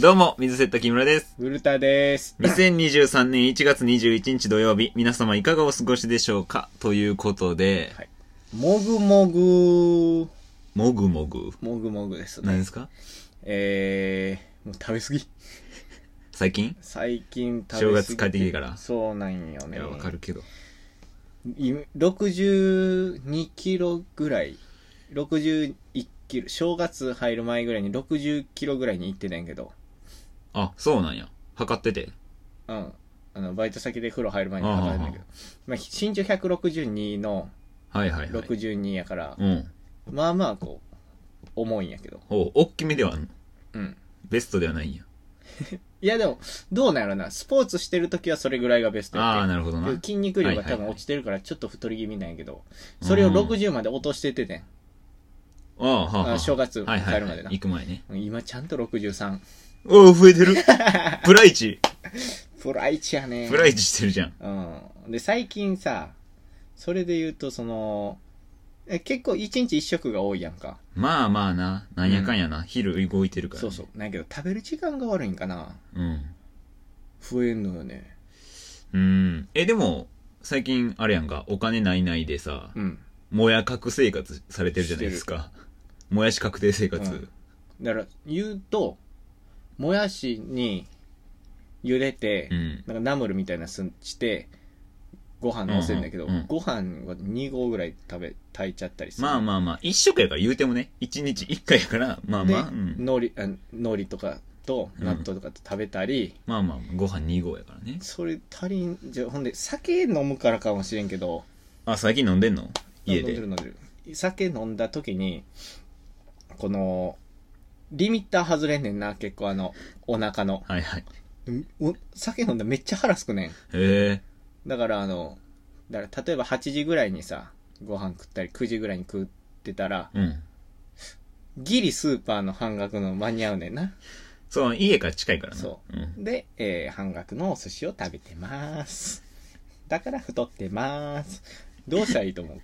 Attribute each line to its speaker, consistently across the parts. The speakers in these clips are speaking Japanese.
Speaker 1: どうも、水瀬田木村です。
Speaker 2: 古田です。
Speaker 1: 2023年1月21日土曜日、皆様いかがお過ごしでしょうかということで、
Speaker 2: はいもぐもぐ、
Speaker 1: もぐもぐ。
Speaker 2: もぐもぐです
Speaker 1: 何
Speaker 2: ね。
Speaker 1: ですか
Speaker 2: えー、もう食べ過ぎ。
Speaker 1: 最近
Speaker 2: 最近食べ過ぎ。
Speaker 1: 正月帰ってきてから
Speaker 2: そうなんよ
Speaker 1: い
Speaker 2: ね。
Speaker 1: や、わかるけど。
Speaker 2: い。62キロぐらい、61キロ、正月入る前ぐらいに60キロぐらいに行ってたんやけど、
Speaker 1: あ、そうなんや。測ってて。
Speaker 2: うん。あの、バイト先で風呂入る前に測るんだけど、まあ、身長162の
Speaker 1: はいはいはい。
Speaker 2: 62やから、
Speaker 1: うん。
Speaker 2: まあまあこう、重いんやけど、
Speaker 1: おう、おっきめではあんの
Speaker 2: うん。
Speaker 1: ベストではないんや。
Speaker 2: いやでも、どうなんやろな。スポーツしてる時はそれぐらいがベスト
Speaker 1: あ
Speaker 2: や
Speaker 1: あ、
Speaker 2: っ
Speaker 1: なるほど
Speaker 2: て
Speaker 1: な。
Speaker 2: で筋肉量が多分落ちてるからちょっと太り気味なんやけど、それを60まで落としてっててん。
Speaker 1: ああ、はあ、はあ。
Speaker 2: あ正月
Speaker 1: はいはい
Speaker 2: 帰るまでな
Speaker 1: 行く前ね。
Speaker 2: うん今ちゃんと63。
Speaker 1: おお、増えて るプライチ
Speaker 2: プライチやね。
Speaker 1: プライチしてるじゃん。
Speaker 2: うん。で、最近さ、それで言うとその、え結構一日一食が多いやんか。
Speaker 1: まあまあな、なんやかんやな。昼動いてるから、
Speaker 2: そうそう。。なんやけど、食べる時間が悪いんかな。
Speaker 1: うん。
Speaker 2: 増えんのよね。
Speaker 1: うん。え、でも、最近、あれやんか、お金ないないでさ、
Speaker 2: うん。
Speaker 1: もやかく生活されてるじゃないですか。もやし確定生活。
Speaker 2: うんだから、言うと、もやしに茹でて、
Speaker 1: うん。
Speaker 2: なんかナムルみたいなすんして、ご飯乗せるんだけど、
Speaker 1: うんうんうん
Speaker 2: ご飯は2合ぐらい食べ、炊いちゃったりする。
Speaker 1: まあまあまあ、一食やから言うてもね、一日一回やから、まあ
Speaker 2: で、
Speaker 1: まあ、うん、
Speaker 2: 海苔、あ海苔とかと
Speaker 1: うん
Speaker 2: 納豆とかと食べたり、
Speaker 1: まあまあ、ご飯2合やからね。
Speaker 2: それ足りん、じゃ、ほんで、酒飲むからかもしれんけど、
Speaker 1: あ、最近飲んでんの家
Speaker 2: 飲んでる
Speaker 1: で。
Speaker 2: 飲んでる。酒飲んだ時に、この、リミッター外れんねんな、結構あの、お腹の。
Speaker 1: はいはい。
Speaker 2: お酒飲んだらめっちゃ腹すくねん。
Speaker 1: へえ。
Speaker 2: だからあの、だから例えば8時ぐらいにさ、ご飯食ったり9時ぐらいに食ってたら、
Speaker 1: うん。
Speaker 2: ギリスーパーの半額の間に合うねんな。
Speaker 1: そう、家から近いからな。。
Speaker 2: そう
Speaker 1: ん。
Speaker 2: で、えー半額のお寿司を食べてます。だから太ってます。どうしたらいい と思う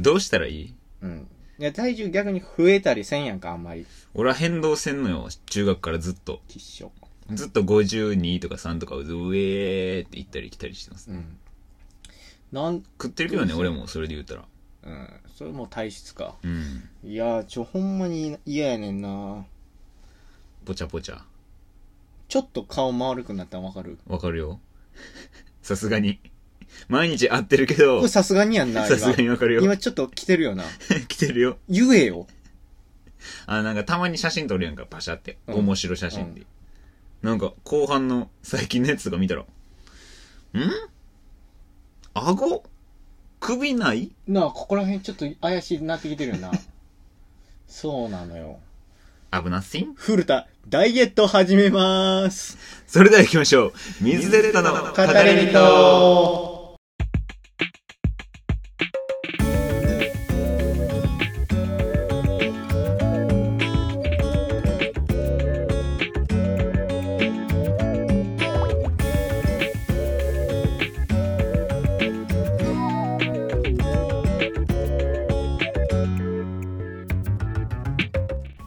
Speaker 1: どうしたらいい
Speaker 2: うん。いや、体重逆に増えたりせんやんか、あんまり。
Speaker 1: 俺は変動せんのよ、中学からずっと。
Speaker 2: きっしょ。
Speaker 1: ずっと52とか3とか、うえーって行ったり来たりしてます。
Speaker 2: うん。なん、
Speaker 1: 食ってるけどね、俺も、それで言うたら。
Speaker 2: うん。それも体質か。
Speaker 1: うん。
Speaker 2: いやー、ちょ、ほんまに嫌やねんな
Speaker 1: ぽちゃぽちゃ。
Speaker 2: ちょっと顔丸くなったらわかる
Speaker 1: わかるよ。さすがに。毎日会ってるけど
Speaker 2: これ、さすがにやんな、
Speaker 1: さ
Speaker 2: 今。
Speaker 1: すがにわかるよ。
Speaker 2: 今ちょっと来てるよな。
Speaker 1: 来てるよ。
Speaker 2: 言えよ。
Speaker 1: あ、なんかたまに写真撮るやんか、パシャって。
Speaker 2: うん
Speaker 1: 面白写真で。なんか、後半の最近のやつとか見たら、ん顎首ない
Speaker 2: なあ、ここら辺ちょっと怪しいなってきてるよ な。そうなのよ。
Speaker 1: 危なっせん
Speaker 2: 古田、ダイエット始めまーす。
Speaker 1: それでは行きましょう。水出たの語
Speaker 2: 語れ人。と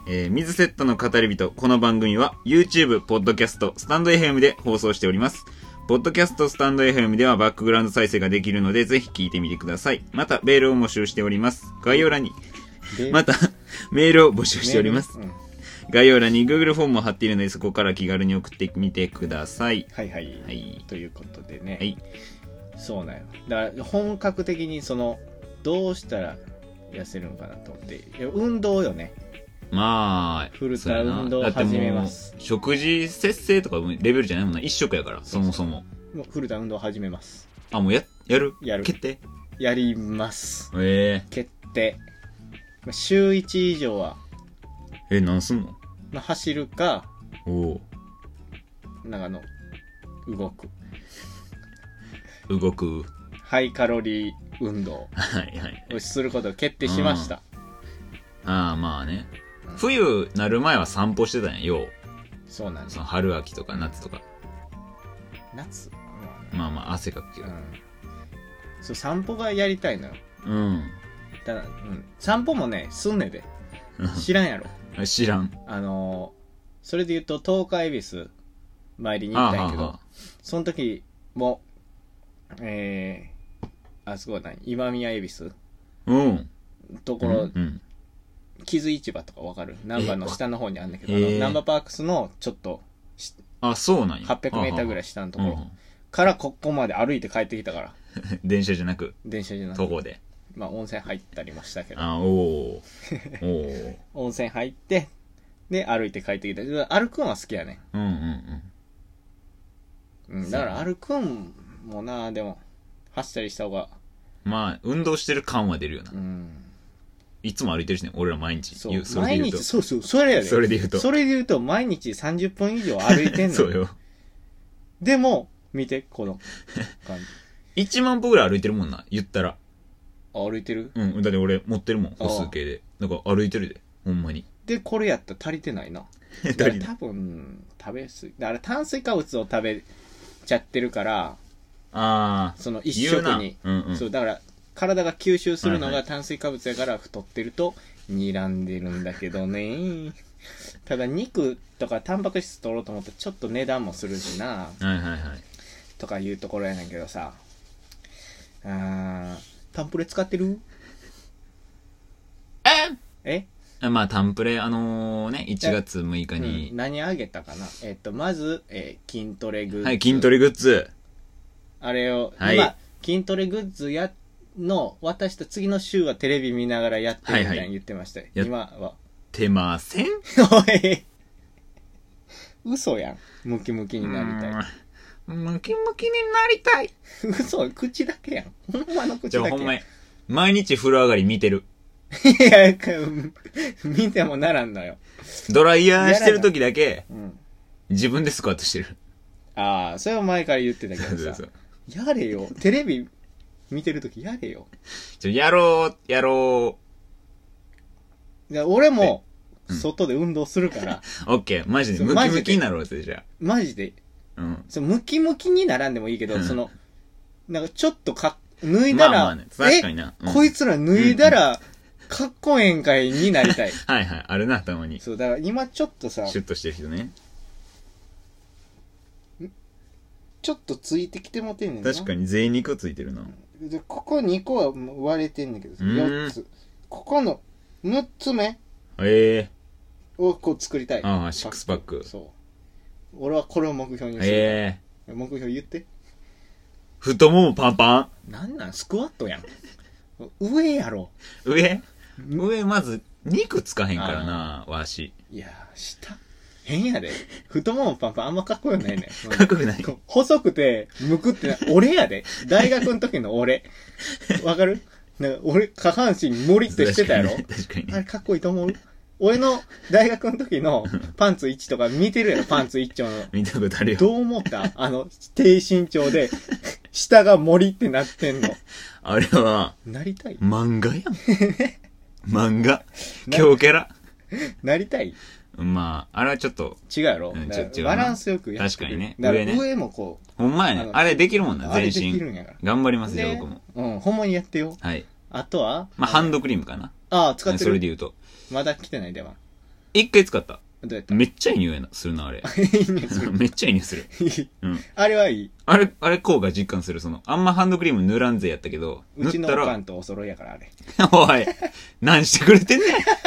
Speaker 1: えー、水セットの語り人、この番組は YouTube、ポッドキャスト、スタンド FM で放送しております。ポッドキャスト、スタンド FM ではバックグラウンド再生ができるので、ぜひ聞いてみてください。また、メールを募集しております。概要欄に、また、 メールを募集しております。
Speaker 2: うん
Speaker 1: 概要欄に Google フォームを貼っているので、そこから気軽に送ってみてください。
Speaker 2: はいはい。
Speaker 1: はい。
Speaker 2: ということでね。
Speaker 1: はい
Speaker 2: そうなんよ。だから、本格的にその、どうしたら痩せるのかなと思って。いや運動よね。
Speaker 1: まあ、
Speaker 2: 古田
Speaker 1: そうやな
Speaker 2: 運動を
Speaker 1: だってもう
Speaker 2: 始めます
Speaker 1: 食事節制とかレベルじゃないもんな。一食やから、そもそも。
Speaker 2: もう古田運動始めます。
Speaker 1: あ、もうや、やる
Speaker 2: やる
Speaker 1: 決定
Speaker 2: やります。
Speaker 1: え
Speaker 2: 決定。まあ週1以上は、
Speaker 1: え。え、なんすんの
Speaker 2: まあ、走るか、
Speaker 1: おお。
Speaker 2: なんかあの、動く。
Speaker 1: 動く。
Speaker 2: ハイカロリー運動
Speaker 1: はいはい。
Speaker 2: をすることを決定しました。
Speaker 1: ああ、まあね
Speaker 2: うん。
Speaker 1: 冬なる前は散歩してたんや、よう。
Speaker 2: そうなんです
Speaker 1: そ。の春秋とか夏とか。
Speaker 2: 夏、
Speaker 1: まあまあ、汗かくけ
Speaker 2: う
Speaker 1: ど。
Speaker 2: ん、そう、散歩がやりたいのよ。
Speaker 1: うん。
Speaker 2: ただ、うん。散歩もね、すんねで。知らんやろ。
Speaker 1: 知らん。
Speaker 2: あのーそれで言うと、東海恵比寿参りに行
Speaker 1: あ
Speaker 2: っ
Speaker 1: あ
Speaker 2: たんや
Speaker 1: は
Speaker 2: け
Speaker 1: あ
Speaker 2: ど、
Speaker 1: はあ
Speaker 2: その時も、えー、あそこは何今宮恵比寿
Speaker 1: うん。
Speaker 2: ところ、
Speaker 1: うん。
Speaker 2: 木津市場とかわかる南波の下の方にあるんだけど、あ
Speaker 1: へ
Speaker 2: の
Speaker 1: ー
Speaker 2: 難波パークスのちょっと
Speaker 1: あ、そうなんや。
Speaker 2: 800メーターぐら
Speaker 1: い
Speaker 2: い下のと
Speaker 1: う
Speaker 2: こ
Speaker 1: んう
Speaker 2: ろからここまで歩いて帰ってきたから、
Speaker 1: ん。電車じゃなく、
Speaker 2: 電車じゃな
Speaker 1: 徒
Speaker 2: くて。
Speaker 1: 歩で。
Speaker 2: まあ温泉入ったりもしたけど、
Speaker 1: あ、 おーおー
Speaker 2: 温泉入って、で歩いて帰ってきた。歩くんは好きやね。
Speaker 1: うんうんうん。
Speaker 2: うん、だから歩くんもな、でも、走ったりした方が、
Speaker 1: まあ、運動してる感は出るよな
Speaker 2: う。ん。
Speaker 1: いつも歩いてるしね、俺ら毎日。
Speaker 2: そ
Speaker 1: 言
Speaker 2: う
Speaker 1: う。それで言
Speaker 2: 毎
Speaker 1: うと
Speaker 2: 日、。そうそう、それやで。
Speaker 1: それで言うと
Speaker 2: それで言うと、毎日30分以上歩いてん の。
Speaker 1: そうよ。
Speaker 2: でも、見て、この感じ。
Speaker 1: 1万歩ぐらい歩いてるもんな、言ったら。
Speaker 2: あ、歩いてる
Speaker 1: うん、だって俺持ってるもん、
Speaker 2: ああ
Speaker 1: 歩数計で。だから歩いてるで、ほんまに。
Speaker 2: で、これやったら足りてないな。だから多分、食べすぎ。だから炭水化物を食べちゃってるから、
Speaker 1: ああ、
Speaker 2: その一食
Speaker 1: 言う
Speaker 2: に。
Speaker 1: なうんうん
Speaker 2: そう、だから、体が吸収するの
Speaker 1: はいは
Speaker 2: が炭水化物やから太ってると睨んでるんだけどね。 ただ肉とかタンパク質取ろうと思ったらちょっと値段もするしな。
Speaker 1: はいはいはい。
Speaker 2: とかいうところやねんけどさ。うーん。タンプレ使ってるえ
Speaker 1: あまあ、タンプレ、あのーね、1月6
Speaker 2: え、
Speaker 1: 日
Speaker 2: うん
Speaker 1: に、
Speaker 2: 何あげたかなえっと、まず、えー筋トレグッズ。
Speaker 1: はい、筋トレグッズ。
Speaker 2: あれを、
Speaker 1: はい
Speaker 2: まあ、筋トレグッズや、の、渡した次の週はテレビ見ながらやってるみたいに言ってましたよ。
Speaker 1: はい
Speaker 2: 今は。
Speaker 1: てません
Speaker 2: おい嘘やん。ムキムキになりたい。
Speaker 1: うんムキムキになりたい。
Speaker 2: 嘘、口だけやん。ほんまの口
Speaker 1: じゃ
Speaker 2: だ
Speaker 1: あ
Speaker 2: け
Speaker 1: ほ
Speaker 2: やん。
Speaker 1: んまに、毎日風呂上がり見てる。
Speaker 2: いや、うん見てもならんのよ。
Speaker 1: ドライヤーしてる時だけ、
Speaker 2: うん。
Speaker 1: 自分でスクワットしてる。
Speaker 2: ああ、それは前から言ってたけ
Speaker 1: そうそ
Speaker 2: ど
Speaker 1: う
Speaker 2: さ
Speaker 1: そ。う。
Speaker 2: やれよ。テレビ見てるときやれよ。
Speaker 1: ちょ、やろう、やろ
Speaker 2: いや俺も、
Speaker 1: うん
Speaker 2: 外で運動するから、
Speaker 1: う。オッケー、マジで。
Speaker 2: そう
Speaker 1: ム
Speaker 2: マ
Speaker 1: キ
Speaker 2: ジで
Speaker 1: ムキになろうぜ、じゃ
Speaker 2: マジで
Speaker 1: あ。うん。
Speaker 2: そのムキムキにならんでもいいけ
Speaker 1: う
Speaker 2: ど、
Speaker 1: ん
Speaker 2: その、なんかちょっとか、脱いだら、
Speaker 1: まあまあね確かにな
Speaker 2: え
Speaker 1: うん
Speaker 2: こいつら脱いだら、かっこええんかいになりたい。
Speaker 1: はいはい、あるな、たまに。シ
Speaker 2: そう、だから今ちょっと さ、
Speaker 1: ュッとしてる人ね。
Speaker 2: ちょっとついてきてもてんねんな。
Speaker 1: 確かに、贅肉ついてるな。
Speaker 2: に。で、ここ2個はもう割れてんだけどさ、
Speaker 1: うーん
Speaker 2: 4つ。ここの6つ目
Speaker 1: え
Speaker 2: をこう作りたい。
Speaker 1: ああシックスパック
Speaker 2: そう。俺はこれを目標
Speaker 1: え
Speaker 2: にしてる
Speaker 1: ええ
Speaker 2: 目標言って。
Speaker 1: 太ももパンパン。
Speaker 2: なんなんスクワットやん。上やろ。
Speaker 1: 上上、まず、肉つかへんからな、わし。
Speaker 2: いやー、下変 やで。太ももパンパンあんまかっこよくないね。
Speaker 1: かっこよくない
Speaker 2: こう細くて、むくってな、俺やで。大学の時の 俺。わかるなんか俺、下半身もりっとしてたやろ
Speaker 1: 確かにね確かに
Speaker 2: あ
Speaker 1: ね。
Speaker 2: れかっこいいと思う俺の大学の 時のパンツ1とか見てるやろ、パンツ1丁の。
Speaker 1: 見たことあるよ。
Speaker 2: どう思ったあの、低身長で、下が森ってなってんの。
Speaker 1: あれは、
Speaker 2: なりたい
Speaker 1: 漫 画やん。漫画。強キャラ。
Speaker 2: なりたい
Speaker 1: まあ、あれはちょっと、
Speaker 2: 違うやろ、
Speaker 1: うん
Speaker 2: だから
Speaker 1: ちょ違うな
Speaker 2: バランスよくやって
Speaker 1: 確かにね
Speaker 2: だか
Speaker 1: 上
Speaker 2: ら
Speaker 1: ね
Speaker 2: 上もこう。
Speaker 1: ほんまや
Speaker 2: あ
Speaker 1: ね。
Speaker 2: の
Speaker 1: あれできるもんな、
Speaker 2: あれ
Speaker 1: 全
Speaker 2: できる
Speaker 1: 身。
Speaker 2: んやから。
Speaker 1: 頑張りますよ、
Speaker 2: で
Speaker 1: 僕も。
Speaker 2: うん、ほんまにやってよ。
Speaker 1: はい。
Speaker 2: あとは
Speaker 1: まあ、ハンドクリームかな。
Speaker 2: ああ、使って
Speaker 1: それ
Speaker 2: る
Speaker 1: で。言うと。
Speaker 2: まだ来てない、では。
Speaker 1: 一回使った。
Speaker 2: どうやった
Speaker 1: めっちゃいい匂いなするな、あれ。めっちゃいい匂いする。うん。
Speaker 2: あれはいい。
Speaker 1: あれ、あれ効果実感する、その。あんまハンドクリーム塗らんぜやったけど、
Speaker 2: うち
Speaker 1: 塗っ
Speaker 2: の
Speaker 1: た、
Speaker 2: おからんとお揃いやから、あれ。
Speaker 1: おい、何してくれてんね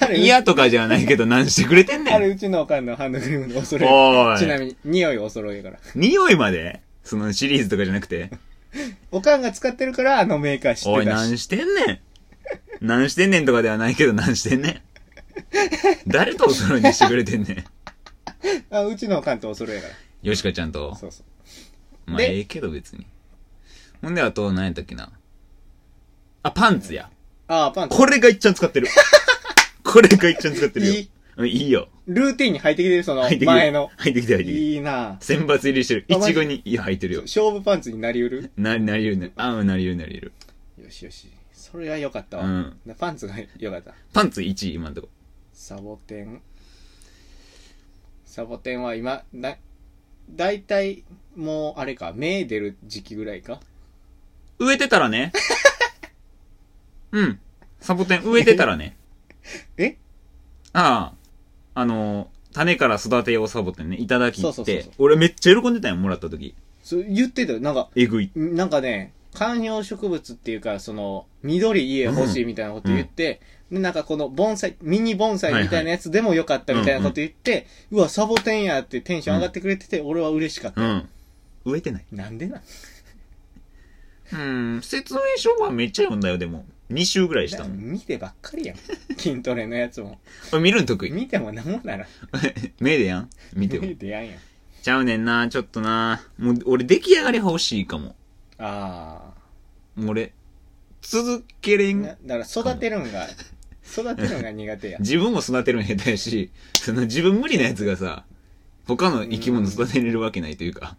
Speaker 2: あれ、
Speaker 1: ん。嫌とかじゃないけど、何してくれてんね
Speaker 2: あれ、
Speaker 1: ん。
Speaker 2: うちのおかんのハンドクリームのお揃
Speaker 1: お
Speaker 2: い。
Speaker 1: い
Speaker 2: ちなみに、匂いお揃いやから。
Speaker 1: 匂いまでそのシリーズとかじゃなくて。
Speaker 2: おかんが使ってるから、あのメーカー知っ
Speaker 1: おい、
Speaker 2: てたし。
Speaker 1: 何してんねん。何してんねんとかではないけど、何してんねん。誰とお揃いにしてくれてんね
Speaker 2: あうちのおかんとお揃いやから。
Speaker 1: ん。よしかちゃんと。
Speaker 2: そうそう。
Speaker 1: まあ、
Speaker 2: で
Speaker 1: ええけど別に。ほんで、あと、何やったっけな。あ、パンツや。
Speaker 2: ああ、パンツ。
Speaker 1: これが一ちゃん使ってる。これが一ちゃん使ってるよ。
Speaker 2: いい
Speaker 1: うんいいよ。
Speaker 2: ルーティンに入ってきてる、その
Speaker 1: 入ってきてる。
Speaker 2: 前の。
Speaker 1: 入ってきて、入ってきて。
Speaker 2: いいなぁ
Speaker 1: 選抜入りしてる。
Speaker 2: あマジ
Speaker 1: 一軍に、いや、入ってるよ。
Speaker 2: 勝負パンツになりうる
Speaker 1: な、なりるなりる。あうん、なりるなりる。
Speaker 2: よしよし。それは良かったわ。
Speaker 1: うん
Speaker 2: なパンツが良かった。
Speaker 1: パンツ1位、今んとこ。
Speaker 2: サボテン。サボテンは今、だ、だいたい、もう、あれか、芽出る時期ぐらいか。
Speaker 1: 植えてたら ね。うん。サボテン植えてたらね。
Speaker 2: え
Speaker 1: ああ。あの、種から育てようサボってね、いただき
Speaker 2: そうそ
Speaker 1: っ
Speaker 2: うそう
Speaker 1: て
Speaker 2: そう、
Speaker 1: 俺めっちゃ喜んでたよ、もらった時。
Speaker 2: そう言ってたよ。なんか、
Speaker 1: えぐい。
Speaker 2: なんかね、観葉植物っていうか、その、緑家欲しいみたいなこと言って、で、なんかこの盆栽、ミニ盆栽みたいなやつでもよかったみたいなこと言って、うわ、サボテンやってテンション上がってくれてて、俺は嬉しかった。
Speaker 1: うん。植えてない。
Speaker 2: なんでなん
Speaker 1: うん、説明書はめっちゃ読んだよ、でも。2週ぐらいしたもん。
Speaker 2: 見てばっかりやん。筋トレのやつも。
Speaker 1: 俺見るん得意。
Speaker 2: 見てもなんもならん。
Speaker 1: 目でやん見ても
Speaker 2: 見。てやんやん。
Speaker 1: ちゃうねんな、ちょっとな。もう、俺出来上がりは欲しいかも。
Speaker 2: あ
Speaker 1: もう俺、続けれ
Speaker 2: あ。
Speaker 1: ん
Speaker 2: な。だから育てるんが、育てるんが 苦手や。
Speaker 1: 自分も育てるの下手やし、その自分無理なやつがさ、他の生き物育てれるわけないというか。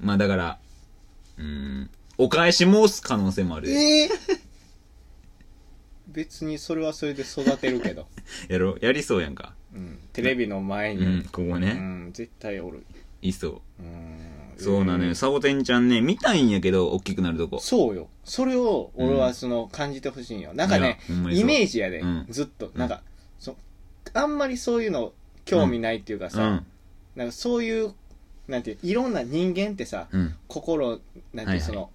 Speaker 1: まあだから、うん、お返し申す可能性もある。
Speaker 2: ええ別にそれはそれで育てるけど。
Speaker 1: やろうやりそうやんか。
Speaker 2: うん。テレビの前
Speaker 1: う
Speaker 2: に。
Speaker 1: ん、ここ
Speaker 2: う
Speaker 1: ね。
Speaker 2: ん、絶対おる。
Speaker 1: いそう。
Speaker 2: うん
Speaker 1: そうなのよ。
Speaker 2: ん
Speaker 1: サボテンちゃんね、見たいんやけど、大きくなるとこ。
Speaker 2: そうよ。それを、俺はその、感じてほしいんよ。なんかね
Speaker 1: いやほんま、にそう
Speaker 2: イメージやで
Speaker 1: うん、
Speaker 2: ずっと。
Speaker 1: ん
Speaker 2: なんか、そあんまりそういうの、興味ないっていうか
Speaker 1: う
Speaker 2: さ
Speaker 1: ん、。
Speaker 2: なんかそういう、なんていう、いろんな人間ってさ、
Speaker 1: うん。
Speaker 2: 心、な
Speaker 1: はい
Speaker 2: んて、
Speaker 1: いうはい
Speaker 2: その、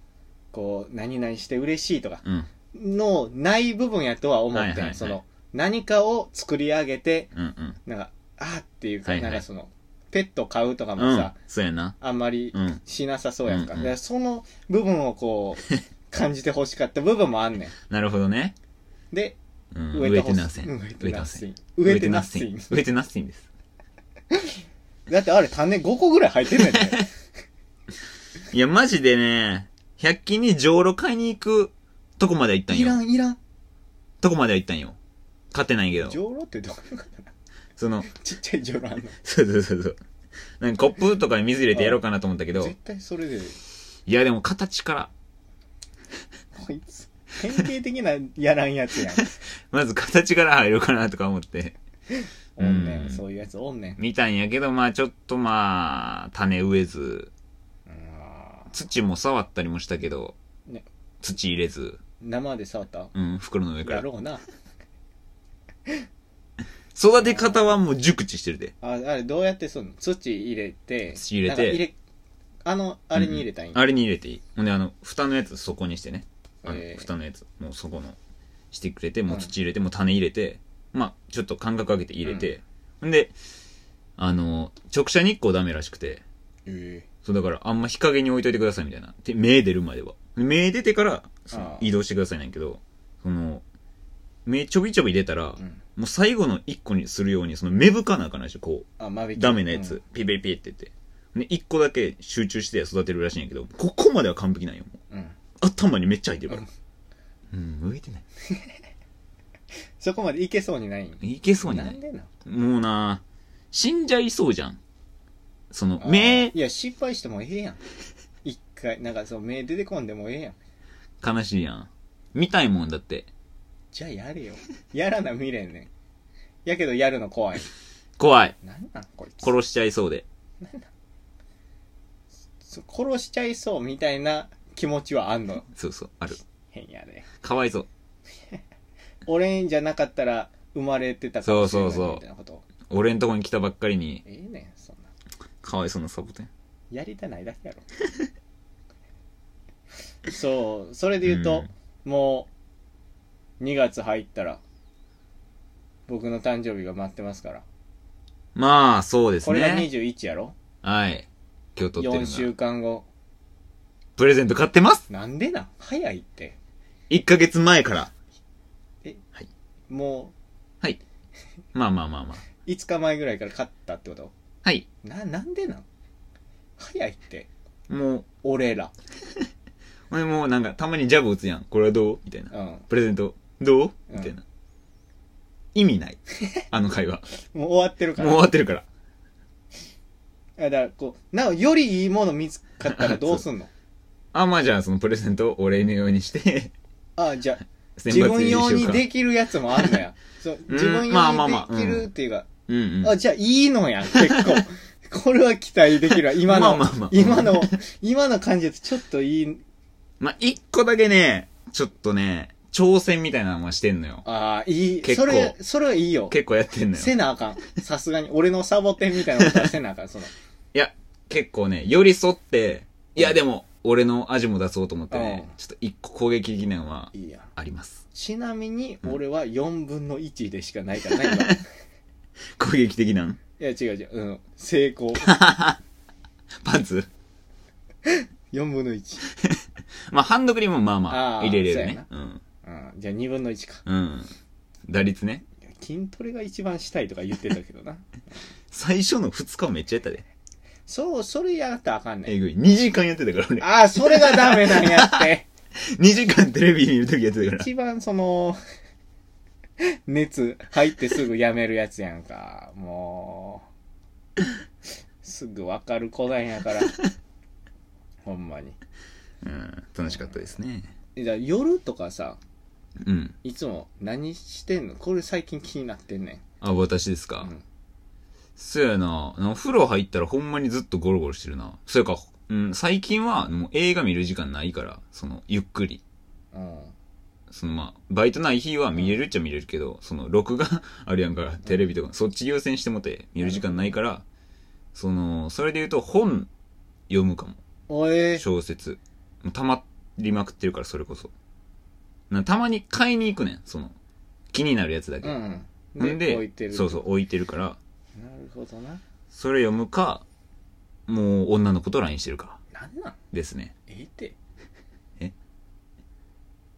Speaker 2: こう、何々して嬉しいとか、
Speaker 1: うん。
Speaker 2: のない部分やとは思
Speaker 1: はい
Speaker 2: っ
Speaker 1: はいは
Speaker 2: て
Speaker 1: い
Speaker 2: ん。その、何かを作り上げて、
Speaker 1: うん。うん。
Speaker 2: なんか、あーっていう
Speaker 1: は
Speaker 2: か、
Speaker 1: いは
Speaker 2: ないんかその、ペット飼うとか
Speaker 1: う
Speaker 2: も
Speaker 1: ん
Speaker 2: さ、。
Speaker 1: そうやな。
Speaker 2: あんまり
Speaker 1: うん。
Speaker 2: しなさそうやんか。
Speaker 1: うんうん
Speaker 2: だからその部分をこう、 感じて欲しかった部分もあんね
Speaker 1: なるほどね。
Speaker 2: ん。で、
Speaker 1: うん。
Speaker 2: 植
Speaker 1: 植
Speaker 2: え
Speaker 1: え
Speaker 2: て
Speaker 1: て
Speaker 2: な
Speaker 1: な
Speaker 2: せ
Speaker 1: せ
Speaker 2: ん
Speaker 1: ん。
Speaker 2: 植えてなせん
Speaker 1: 植
Speaker 2: 植
Speaker 1: え
Speaker 2: えて
Speaker 1: て
Speaker 2: な
Speaker 1: な
Speaker 2: せ
Speaker 1: せ
Speaker 2: ん
Speaker 1: ん。植えてなせんです。
Speaker 2: だってあれ種5個ぐらい入ってん ねんで。
Speaker 1: いや、マジでね、100均に上路買いに行くとこまでは行ったん
Speaker 2: いら
Speaker 1: よ。
Speaker 2: ん、いらん。
Speaker 1: とこまでは行ったんよ。買ってないけど。
Speaker 2: じょうろってどういうことな
Speaker 1: その、
Speaker 2: ちっちゃいじょうろあんの。
Speaker 1: そうそうそうそう。なんかコップとかに水入れてやろうかなと思ったけど
Speaker 2: 絶、対それで、
Speaker 1: いやでも形から、
Speaker 2: こいつ、典型的なやらんやつやん。
Speaker 1: まず形から入るかなとか思って、
Speaker 2: おんね
Speaker 1: うん
Speaker 2: ん、そういうやつおんねん。
Speaker 1: 見たんやけど、まあちょっとまあ、種植えず、
Speaker 2: あー
Speaker 1: 土も触ったりもしたけど、
Speaker 2: ね
Speaker 1: 土入れず、
Speaker 2: 生で触った
Speaker 1: うん、袋の上か
Speaker 2: や
Speaker 1: ら。
Speaker 2: ろうな。
Speaker 1: 育て方はもう熟知してるで。
Speaker 2: ああれ、どうやってその土入れて、
Speaker 1: 土入れて
Speaker 2: なんかあの、あれに入れたいんや
Speaker 1: あれに入れていい。ほんで、あの、蓋のやつそこにしてね。あの、
Speaker 2: えー
Speaker 1: 蓋のやつ、もうそこの、してくれて、もううん土入れて、もう種入れて、まあ、ちょっと間隔上げて入れて、ほんで、あの、直射日光ダメらしくて、
Speaker 2: え
Speaker 1: そうだから、あんま日陰に置いといてくださいみたいな。で、芽出るまでは。で芽出てから、その
Speaker 2: ああ
Speaker 1: 移動してくださいなんやけど、その、芽ちょびちょび出たら、
Speaker 2: えうん。
Speaker 1: もう最後の一個にするように、その芽吹かなあかんないでしょ、こう。
Speaker 2: あ、間引き
Speaker 1: ダメなやつ、
Speaker 2: うん
Speaker 1: ピペピって言って。で、一個だけ集中して育てるらしいんやけど、ここまでは完璧なんよ。もう
Speaker 2: うん。
Speaker 1: 頭にめっちゃ入ってるから。うん、向いてない。
Speaker 2: そこまでいけそうにないん
Speaker 1: いけそうに
Speaker 2: な
Speaker 1: なんい。
Speaker 2: でなん
Speaker 1: もうな死んじゃいそうじゃん。その、
Speaker 2: あ ー
Speaker 1: 目、
Speaker 2: いや、失敗してもええやん。一回、なんかそう、目出てこんでもええやん。
Speaker 1: 悲しいやん。見たいもんだって。
Speaker 2: じゃあやれよ。やらな見れんねん。やけどやるの怖い。
Speaker 1: 怖い。
Speaker 2: なんなんこいつ。
Speaker 1: 殺しちゃいそうで。
Speaker 2: そ殺しちゃいそうみたいな気持ちはあんの。
Speaker 1: そうそう、ある。
Speaker 2: 変やで。
Speaker 1: かわいそう。
Speaker 2: 俺じゃなかったら生まれてたかもしれな
Speaker 1: そ
Speaker 2: い
Speaker 1: うそうそう
Speaker 2: みたいなこと。
Speaker 1: 俺んとこに来たばっかりに、
Speaker 2: ええねん、そんな。
Speaker 1: かわいそうなサボテン。
Speaker 2: やりたないだけやろ。 そう、それで言うと、もう、2月入ったら、僕の誕生日が待ってますから。
Speaker 1: まあ、そうです
Speaker 2: これが
Speaker 1: ね。
Speaker 2: 21やろ
Speaker 1: はい。今日撮ってる
Speaker 2: 4
Speaker 1: の
Speaker 2: 週
Speaker 1: が。
Speaker 2: 間後
Speaker 1: プレゼント買ってます
Speaker 2: なんでなん早いって
Speaker 1: !1 ヶ月前から。
Speaker 2: も
Speaker 1: はい。まあまあまあまあ。
Speaker 2: う5日前ぐらいから勝ったってこと
Speaker 1: はい。
Speaker 2: ななんでなん早いって
Speaker 1: もう、
Speaker 2: 俺ら
Speaker 1: 俺もうなんかたまにジャブ打つやん。これはどうみたいな。
Speaker 2: うんも
Speaker 1: プレゼント、どう
Speaker 2: うん
Speaker 1: みたいな。意味 ない。あの会話。
Speaker 2: う終わってるか
Speaker 1: もう
Speaker 2: ら
Speaker 1: 終わってるから。
Speaker 2: あだからこうなおよりいいもの見つかったらどう すんの
Speaker 1: あ、まあじゃあそのプレゼントをお礼のようにして、
Speaker 2: あじゃあ
Speaker 1: 選抜
Speaker 2: 自分
Speaker 1: 入
Speaker 2: 用
Speaker 1: りし
Speaker 2: に
Speaker 1: ようか
Speaker 2: できるやつもあん のやそう自分
Speaker 1: まあま
Speaker 2: 用
Speaker 1: あまあ
Speaker 2: にできるっていうか、
Speaker 1: うんうん。
Speaker 2: あじゃあいいのや結構 これは期待できるわ今の、
Speaker 1: まあまあまあ
Speaker 2: 今の今の感じだとちょっといい
Speaker 1: まあ一個だけね、ちょっとね、挑戦みたいなのはしてんのよ。
Speaker 2: ああ、いい。
Speaker 1: 結
Speaker 2: そ
Speaker 1: 構
Speaker 2: れ、それいいよ。
Speaker 1: 結構やってんのよ。
Speaker 2: せなあかん。さすがに。俺のサボテンみたいなことはせなあかん。その、
Speaker 1: いや、結構ね、寄り添って、いや
Speaker 2: うん
Speaker 1: でも、俺の味も出そうと思ってね
Speaker 2: うん、
Speaker 1: ちょっと一個攻撃技能はい
Speaker 2: いやん。
Speaker 1: あります。
Speaker 2: ちなみに、俺は4分の1でしかないからね、今。
Speaker 1: 攻撃的なん
Speaker 2: いや、違う違う。うん。成功。
Speaker 1: パンツ
Speaker 2: 4分の1。
Speaker 1: まあ、ハンドクリームもまあま
Speaker 2: あ
Speaker 1: あ
Speaker 2: ー
Speaker 1: 入れれるね。うん。
Speaker 2: うん。じゃあ2分の1か。
Speaker 1: うん。打率ね。
Speaker 2: いや筋トレが一番したいとか言ってたけどな。
Speaker 1: 最初の2日はめっちゃやったで。
Speaker 2: そう、それやったらあかんね
Speaker 1: え
Speaker 2: ん。
Speaker 1: ぐい。2時間やってたから俺。
Speaker 2: ああ、それがダメなんやって。
Speaker 1: 2時間テレビ見るときやってた から。
Speaker 2: 一番その、熱入ってすぐやめるやつやんか。もう、すぐわかる子なんやから。ほんまに。
Speaker 1: うん。楽しかったですね。
Speaker 2: じゃあ夜とかさ、
Speaker 1: うん。
Speaker 2: いつも何してんのこれ最近気になってんねん。
Speaker 1: あ、私ですか。
Speaker 2: うん
Speaker 1: そうやな。お風呂入ったらほんまにずっとゴロゴロしてるな。そうやか。うん、最近はもう映画見る時間ないから、その、ゆっくり。
Speaker 2: うん。
Speaker 1: そのまあ、バイトない日は見れるっちゃ見れるけど、その、録画あるやんから、テレビとか、そっち優先してもて、見る時間ないから、その、それで言うと本読むかも。
Speaker 2: おえー、
Speaker 1: 小説。もう溜まりまくってるから、それこそ。なたまに買いに行くねん、その、気になるやつだけ。
Speaker 2: うん。
Speaker 1: ほんで
Speaker 2: 置いてる。
Speaker 1: そうそう、置いてるから、
Speaker 2: なるほどな。
Speaker 1: それ読むか、もう女の子と LINE してるから
Speaker 2: なんなん
Speaker 1: ですね。
Speaker 2: ええって。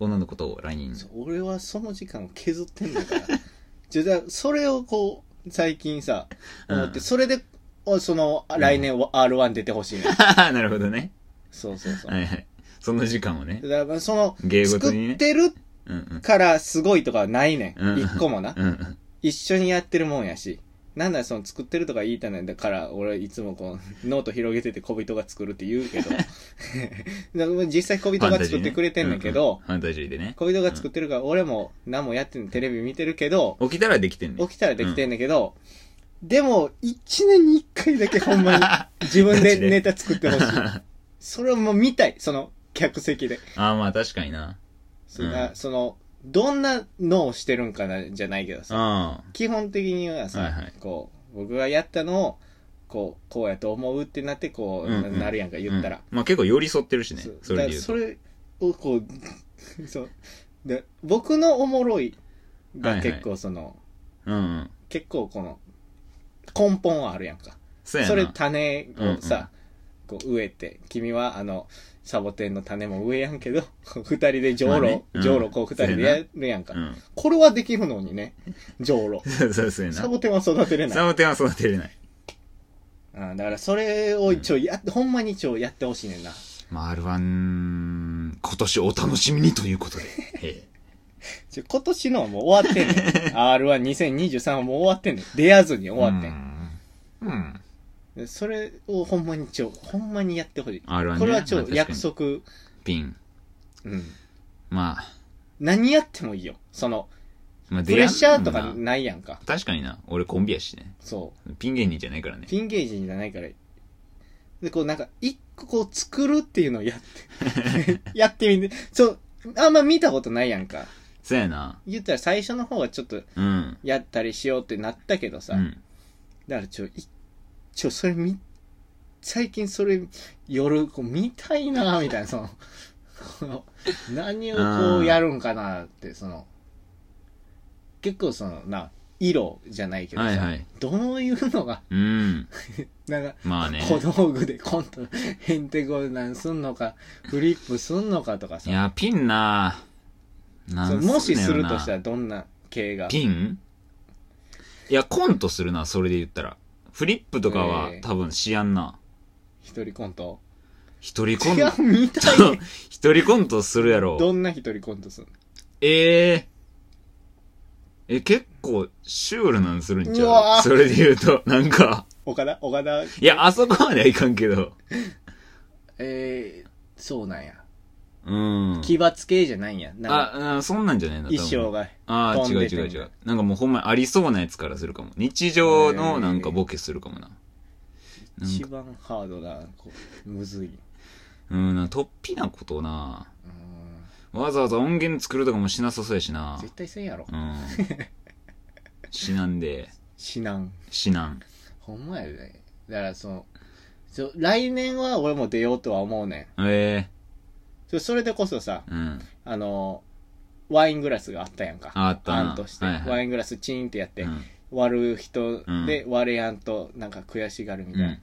Speaker 1: 女の子と LINE。
Speaker 2: そう俺はその時間を削ってんだから。 じゃあだから、それをこう、最近さ、
Speaker 1: うん
Speaker 2: 思って、それで、おその、来年 R1 出てほしいね。
Speaker 1: なるほどね。
Speaker 2: そうそうそう。
Speaker 1: はいはい。その時間をね。
Speaker 2: だから、その、
Speaker 1: 芸事
Speaker 2: 作
Speaker 1: にね
Speaker 2: っ。てる
Speaker 1: うんうん。
Speaker 2: からすごいとかはないね
Speaker 1: うん
Speaker 2: ん。一個もな。
Speaker 1: うんうん。
Speaker 2: 一緒にやってるもんやし。なんならその作ってるとか言いたないんだから、俺いつもこう、ノート広げてて小人が作るって言う けど。だから実際小人が作ってくれてんだけど、
Speaker 1: ファンタジーね。うんうんファンタジーでね。
Speaker 2: 小人が作ってるから俺も何もやってんのテレビ見てるけど、
Speaker 1: 起きたらできてんね
Speaker 2: 起きたらできてんだけど、でも、一年に一回だけほんまに 自分
Speaker 1: ガ
Speaker 2: で
Speaker 1: チで
Speaker 2: ネタ作ってほ しい。
Speaker 1: あ
Speaker 2: それをもう見たい、その客席で。
Speaker 1: あ、まあ確かにな。
Speaker 2: そ,、
Speaker 1: うん
Speaker 2: その、どんなのをしてるんかな、じゃないけどさ、
Speaker 1: あ
Speaker 2: 基本的にはさ、
Speaker 1: はいはい
Speaker 2: こう、僕がやったのを、こう、こうやと思うってなって、こう、
Speaker 1: うんうん
Speaker 2: なるやんか、
Speaker 1: あ。
Speaker 2: 言ったら。
Speaker 1: うんまあ結構寄り添ってるしね
Speaker 2: そう。
Speaker 1: そ
Speaker 2: だ
Speaker 1: れ
Speaker 2: か
Speaker 1: で
Speaker 2: ら
Speaker 1: 言う
Speaker 2: そ
Speaker 1: と。
Speaker 2: れをこう、 そう。で、僕のおもろいが結構その、
Speaker 1: うんうん。
Speaker 2: 結構この、根本はあるやんか。
Speaker 1: そうやな。
Speaker 2: それ種を
Speaker 1: うんうん
Speaker 2: さ、こう植えて、君はあの、サボテンの種も植えやんけど、 こう二人でじょう
Speaker 1: まあね
Speaker 2: ろ、
Speaker 1: うん
Speaker 2: じょうろこう二人でやるやんか
Speaker 1: う。ん。
Speaker 2: これはできるのにね、じょうろ。
Speaker 1: そうそうそうやな。
Speaker 2: サボテンは育てれな
Speaker 1: サ
Speaker 2: い。
Speaker 1: ボテンは育てれない。
Speaker 2: うん、だからそれを一応や、ほんまに一応やってほしいねんな。
Speaker 1: まあ R1、今年お楽しみにということで。え
Speaker 2: ちょ今年のはもう終わってんねん。R12023 はもう終わってんねん。出やずに
Speaker 1: え
Speaker 2: 終わってん。
Speaker 1: うん。うん。
Speaker 2: でそれをほんまに一応、ほんまにやってほしい。
Speaker 1: R1 ね
Speaker 2: これはち
Speaker 1: ま
Speaker 2: ょ
Speaker 1: あ確かに
Speaker 2: 約束。
Speaker 1: ピン。
Speaker 2: うん。
Speaker 1: まあ、
Speaker 2: 何やってもいいよ。その、
Speaker 1: まあ出会
Speaker 2: プレッシャーと
Speaker 1: ま
Speaker 2: か
Speaker 1: あ
Speaker 2: ないやんか。
Speaker 1: 確かにな。俺コンビやしね。
Speaker 2: そう。
Speaker 1: ピン芸人じゃないからね。
Speaker 2: ピンゲージじゃないから。で、こうなんか、一個こう作るっていうのをや って、やってみて、そう、あんま見たことないやんか。
Speaker 1: そうやな。
Speaker 2: 言ったら最初の方はちょっと
Speaker 1: うん。
Speaker 2: やったりしようってなったけどさ、
Speaker 1: うん。
Speaker 2: だからちょ、いちょ、それみ、最近それ、夜、こう見たいなみたいな、その、この何をこうやるんかなって、その、結構その、な、色じゃないけどさ、
Speaker 1: はいはい。
Speaker 2: どういうのが、
Speaker 1: うん。
Speaker 2: なんか、
Speaker 1: まあね。
Speaker 2: 小道具でコント、へんてこなんすんのか、フリップすんのかとか
Speaker 1: い
Speaker 2: さ。
Speaker 1: や、ピンなな
Speaker 2: そ
Speaker 1: ん
Speaker 2: う
Speaker 1: ねんな
Speaker 2: もしするとしたらどんな系が。
Speaker 1: ピンいや、コントするな、それで言ったら。フリップとかは
Speaker 2: ええ
Speaker 1: 多分しやんな。
Speaker 2: 一人コント。
Speaker 1: 一人コン
Speaker 2: 違
Speaker 1: ト。
Speaker 2: う、見たい。
Speaker 1: 一人コントするやろ。
Speaker 2: どんな一人コントすんの
Speaker 1: えええ、結構、シュールなんするんち
Speaker 2: う
Speaker 1: ゃ
Speaker 2: わ
Speaker 1: う
Speaker 2: ー
Speaker 1: それで言うと、なんか、
Speaker 2: 岡田岡田
Speaker 1: いや、あそこまではいかんけど。
Speaker 2: えー、そうなんや。
Speaker 1: うん。
Speaker 2: 奇抜系じゃないんや。なんか、
Speaker 1: あ、あそんなんじゃねえな、多分
Speaker 2: 衣装が。
Speaker 1: ああ、違
Speaker 2: 飛
Speaker 1: うん違
Speaker 2: でて
Speaker 1: う違う。なんかもうほんまにありそうなやつからするかも。日常のなんかボケするかもな。なんか
Speaker 2: 一番ハードな、こう、むずい。
Speaker 1: う
Speaker 2: う
Speaker 1: ん、なんか突飛なことな。
Speaker 2: ーん
Speaker 1: わざわざ音源作るとかもしなさそうやしな。
Speaker 2: 絶対せんやろ
Speaker 1: う。 ん。死なんで、
Speaker 2: 死なん。
Speaker 1: 死なん。
Speaker 2: ほんまやで。だからその、そう来年は俺も出ようとは思うねん
Speaker 1: え
Speaker 2: そう。それでこそさ
Speaker 1: え、うん。
Speaker 2: あの、ワイングラスがあったやんか。
Speaker 1: ああったな
Speaker 2: 案として、
Speaker 1: はいはい
Speaker 2: ワイングラスチーンってやって、
Speaker 1: うん
Speaker 2: 割る人で
Speaker 1: う
Speaker 2: 割れやんと、なんか悔しがるみた
Speaker 1: う
Speaker 2: いな。
Speaker 1: ん。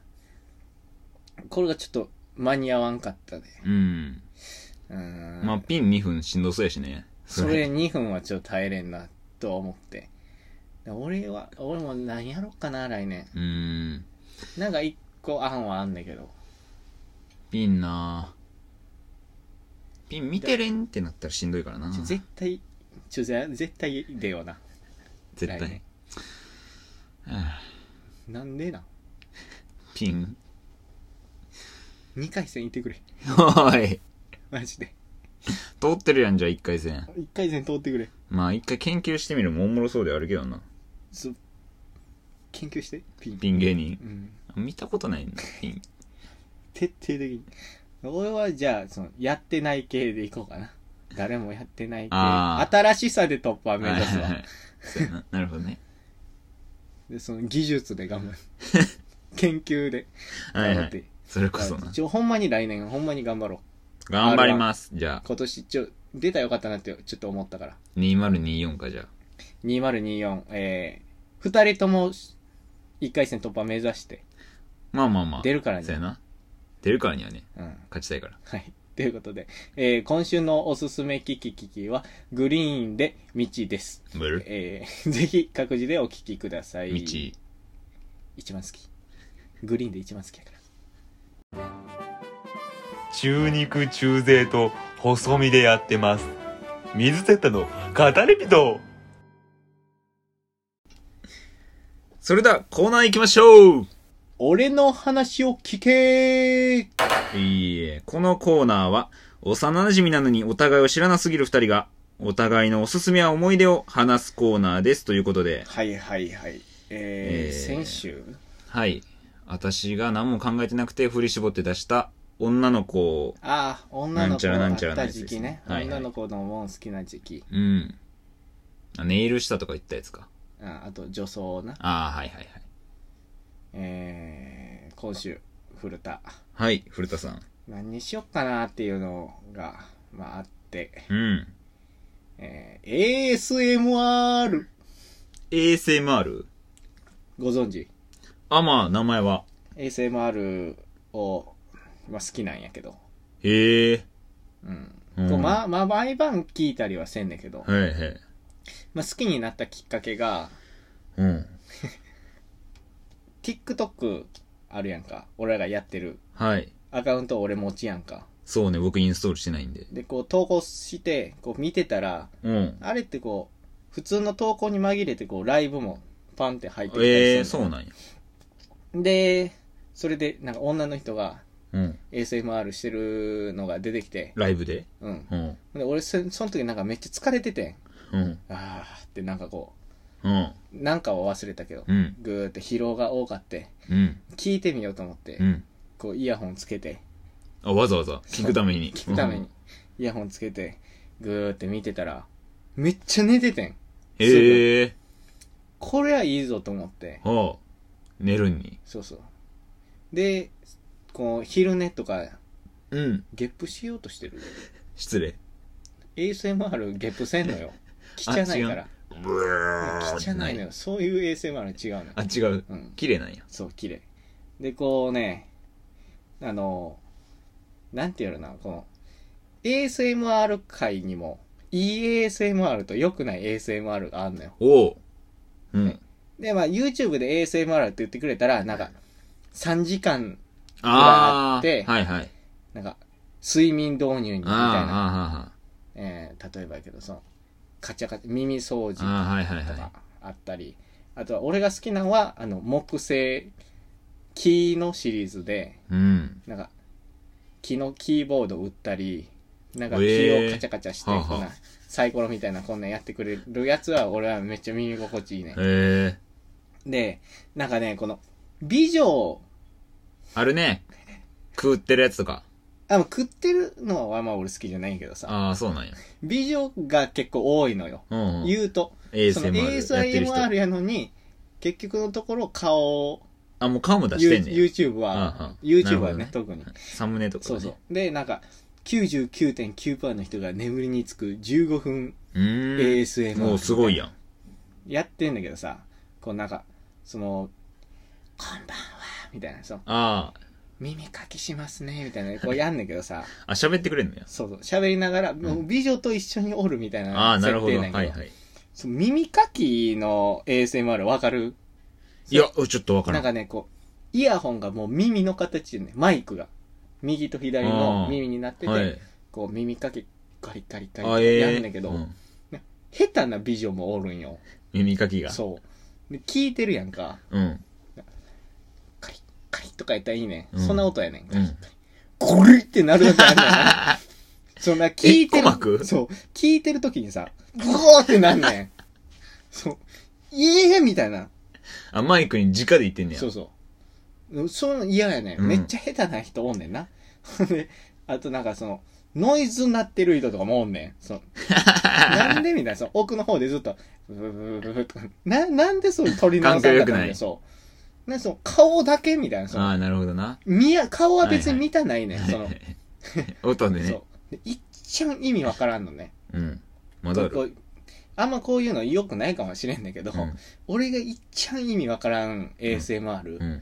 Speaker 2: これがちょっと間に合わんかったで。
Speaker 1: うん。
Speaker 2: うーん。
Speaker 1: まあ、ピン2分しんどそうやしね。
Speaker 2: それ2分はちょっと耐えれんな、と思って。俺は、俺も何やろっかな、来年。
Speaker 1: うーん。
Speaker 2: なんか1個案はあんねんけど。
Speaker 1: ピンなピン見てれんってなったらしんどいからな
Speaker 2: ちょ絶対、ちょ、ぜ絶対出ような。
Speaker 1: 絶
Speaker 2: 来
Speaker 1: 対
Speaker 2: 年。なんでなん
Speaker 1: ピン
Speaker 2: 2回戦行ってくれ。
Speaker 1: おい
Speaker 2: マジで。
Speaker 1: 通ってるやんじゃあ1回戦
Speaker 2: 1回戦通ってくれ。
Speaker 1: まあ一回研究してみるもおもろそうではあるけどな
Speaker 2: そう研究して、ピン。
Speaker 1: ピン芸人
Speaker 2: うん。
Speaker 1: 見たことないんだピン
Speaker 2: 徹底的に。俺はじゃあ、その、やってない系でいこうかな。誰もやってない系。
Speaker 1: あー
Speaker 2: 新しさで突破目指す
Speaker 1: はいはいは
Speaker 2: わ。
Speaker 1: いそうやななるほどね
Speaker 2: で、その技術 で頑張る。研究で
Speaker 1: はい
Speaker 2: 頑
Speaker 1: は
Speaker 2: 張って。
Speaker 1: いそれこそな
Speaker 2: ちょ、ほんまに来年、ほんまに頑張ろう。
Speaker 1: 頑張りますじゃあ
Speaker 2: 今年、ちょ、出たらよかったなって、ちょっと思ったから。
Speaker 1: 2024かじゃあ
Speaker 2: 2024、えー、二人とも、一回戦突破目指して、
Speaker 1: まあまあまあ
Speaker 2: 出るから
Speaker 1: そうや
Speaker 2: ね。
Speaker 1: な出るからにはね
Speaker 2: うん。
Speaker 1: 勝ちたいから
Speaker 2: はい。ということで、えー、今週のおすすめキキキキは、グリーンで道です。
Speaker 1: ブル
Speaker 2: えー、 ぜひ各自でお聞きください。
Speaker 1: 道
Speaker 2: 一番好き。グリーンで一番好きやから。
Speaker 3: 中肉中背と細身でやってます水セッの語り人
Speaker 1: それではコーナー行きましょう
Speaker 2: 俺の話を聞けー
Speaker 1: いいえ、このコーナーは、幼馴染なのにお互いを知らなすぎる二人が、お互いのおすすめや思い出を話すコーナーです。ということで、
Speaker 2: はいはいはい。
Speaker 1: え
Speaker 2: えー、
Speaker 1: ー
Speaker 2: 先週
Speaker 1: はい。私が何も考えてなくて振り絞って出した女の子、
Speaker 2: ああ、女
Speaker 1: な
Speaker 2: の
Speaker 1: ん
Speaker 2: 子
Speaker 1: ちゃら
Speaker 2: の
Speaker 1: な
Speaker 2: あ
Speaker 1: ん
Speaker 2: っ
Speaker 1: ちゃらの
Speaker 2: た
Speaker 1: やつ
Speaker 2: 時
Speaker 1: です
Speaker 2: 期ね
Speaker 1: ね。はいはい
Speaker 2: 女の子のもん好きな時期。
Speaker 1: うん。あネイルしたとか言ったやつか。
Speaker 2: ああと、女装な。
Speaker 1: ああ、はいはいはい。
Speaker 2: えー、今週、古田。
Speaker 1: はい、古田さん。
Speaker 2: 何にしよっかなっていうのが、まあ、あって。
Speaker 1: うん。
Speaker 2: えー、ASMR。
Speaker 1: ASMR?
Speaker 2: ご存知
Speaker 1: あ、まあ、名前は。
Speaker 2: ?ASMR を、まあ、好きなんやけど。
Speaker 1: へえ。
Speaker 2: うん。
Speaker 1: うん
Speaker 2: こうまあ、まあ、毎晩聞いたりはせんねんけど。
Speaker 1: はいはい。
Speaker 2: まあ、好きになったきっかけが、
Speaker 1: うん。
Speaker 2: TikTok あるやんか。俺らがやってる。
Speaker 1: はい。
Speaker 2: アカウント俺持ちやんか。
Speaker 1: そうね、僕インストールしてないんで。
Speaker 2: で、こう投稿して、こう見てたら、
Speaker 1: うん。
Speaker 2: あれってこう、普通の投稿に紛れてこうライブもパンって入ってきたりするの
Speaker 1: ええー、そうなんや。
Speaker 2: で、それでなんか女の人が
Speaker 1: うん。
Speaker 2: ASMR してるのが出てきて、
Speaker 1: ライブで
Speaker 2: うん。
Speaker 1: うん。
Speaker 2: で、俺そ、その時なんかめっちゃ疲れててん。
Speaker 1: うん。
Speaker 2: あーってなんかこ
Speaker 1: うん。
Speaker 2: う、なんかは忘れたけど、
Speaker 1: うん。
Speaker 2: ぐーって疲労が多かって、
Speaker 1: うん。
Speaker 2: 聞いてみようと思って、
Speaker 1: うん。
Speaker 2: こうイヤホンつけて、
Speaker 1: あ、わざわざ聞くために。
Speaker 2: 聞くために。イヤホンつけて、ぐーって見てたら、めっちゃ寝ててん。
Speaker 1: うん。へえ。
Speaker 2: これはいいぞと思って。
Speaker 1: はあ。寝るに。
Speaker 2: そうそう。で、こう、昼寝とか、
Speaker 1: うん。
Speaker 2: ゲップしようとしてる。
Speaker 1: 失礼。
Speaker 2: ASMR ゲップせん のよ。汚いから。汚いのよ。そういう ASMR 違うのよ。
Speaker 1: あ、違う。
Speaker 2: うん。
Speaker 1: 綺麗なんや。
Speaker 2: そう、綺麗。で、こうね、あの、なんて言うのかな、この、ASMR 界にも、いい ASMR と良くない ASMR があんのよ。
Speaker 1: おう。うん。
Speaker 2: で、まあ、YouTube で ASMR って言ってくれたら、なんか、3時間、
Speaker 1: ああ。
Speaker 2: 裏があって
Speaker 1: はいはい。
Speaker 2: なんか、睡眠導入にみたいな。
Speaker 1: あ
Speaker 2: えー例えばやけどそのカチャカチャ耳掃
Speaker 1: あ、ああ、ああ。ああ、
Speaker 2: 除
Speaker 1: はいはい
Speaker 2: と
Speaker 1: は
Speaker 2: かあったり、あとは俺が好きなのはあの木製木のシリーズで
Speaker 1: い。うん。
Speaker 2: なんか木のキーボード売ったりなんか
Speaker 1: へー
Speaker 2: 木をカチャカチャして、
Speaker 1: はあはあ
Speaker 2: こんなサイコロみたいなこんなんやってくれるやつは俺はめっちゃ耳心地いいね
Speaker 1: へ、え。
Speaker 2: でなんかねこの美女
Speaker 1: あるね。食ってるやつとか。
Speaker 2: あの、食ってるのはまあ俺好きじゃないんやけどさ、
Speaker 1: ああ、そうなんや。
Speaker 2: 美女が結構多いのよ。
Speaker 1: うん、うん。
Speaker 2: 言うと。その
Speaker 1: ASMR やってる人。
Speaker 2: ASMR やのに、結局のところ顔を、
Speaker 1: あ、もう顔も出してんねん。
Speaker 2: You- YouTube は、
Speaker 1: うんうん
Speaker 2: YouTube
Speaker 1: な
Speaker 2: は
Speaker 1: るほど
Speaker 2: ね
Speaker 1: ね、
Speaker 2: 特に。
Speaker 1: サムネとか、ね。
Speaker 2: そうそう。で、なんか、99.9%の人が眠りにつく15分
Speaker 1: うーん。
Speaker 2: ASMR。
Speaker 1: もうすごいやん。
Speaker 2: やってんだけどさ、こうなんか、その、こんばんは、みたいな、そう、
Speaker 1: あ
Speaker 2: 耳かきしますね、みたいな、こうやんねんけどさ、
Speaker 1: あ。あ、喋ってくれんのや。
Speaker 2: そうそう、喋りながら、もう美女と一緒におるみたい
Speaker 1: ああ、
Speaker 2: な
Speaker 1: な
Speaker 2: 設
Speaker 1: るほ
Speaker 2: 定
Speaker 1: ど。
Speaker 2: な
Speaker 1: は
Speaker 2: んやけ
Speaker 1: い
Speaker 2: ど、
Speaker 1: はい。
Speaker 2: その耳かきの ASMR わかる
Speaker 1: いや、ちょっとわか
Speaker 2: な
Speaker 1: ら
Speaker 2: ん
Speaker 1: ん。
Speaker 2: かね、こう、イヤホンがもう耳の形でね、マイクが、右と左の耳になってて、
Speaker 1: はい。
Speaker 2: こう耳かき、ガリガリガリ
Speaker 1: あ、
Speaker 2: って
Speaker 1: ええ
Speaker 2: やるんだけど、
Speaker 1: うん
Speaker 2: 下手な美女もおるんよ。
Speaker 1: 耳かきが。
Speaker 2: そう。で、聞いてるやんか。
Speaker 1: うん。
Speaker 2: カリッカリッとかやったらいいね、
Speaker 1: うん
Speaker 2: ん、そんな音やねん
Speaker 1: う
Speaker 2: か、
Speaker 1: ん。
Speaker 2: ゴリッってなるだけあるやんそんな聞いて
Speaker 1: え鼓膜
Speaker 2: るそう聞いてる時にさブワーってなんねんそうイエーみたいな
Speaker 1: あ、マイクに直で言ってんねや。
Speaker 2: そうそうその嫌やね、
Speaker 1: うん
Speaker 2: んめっちゃ下手な人おんねんなであとなんかそのノイズなってる人とかもおんねんそのなんでみたいなその奥の方でずっとブブブブブブとかななんでそういう取り直さ
Speaker 1: 環境
Speaker 2: なかった
Speaker 1: 良
Speaker 2: ん
Speaker 1: く
Speaker 2: だ
Speaker 1: ない
Speaker 2: よそうなんかその顔だけみたいなその
Speaker 1: ああ、なるほどな。
Speaker 2: 見や、顔は別に見たないねん、その、
Speaker 1: 音でね
Speaker 2: そ。う。で一番意味わからんのね。
Speaker 1: うん。まだあ
Speaker 2: こ
Speaker 1: る。
Speaker 2: うあんまこういうの良くないかもしれんだけど、
Speaker 1: うん
Speaker 2: 俺が一番意味わからん ASMR、
Speaker 1: うん。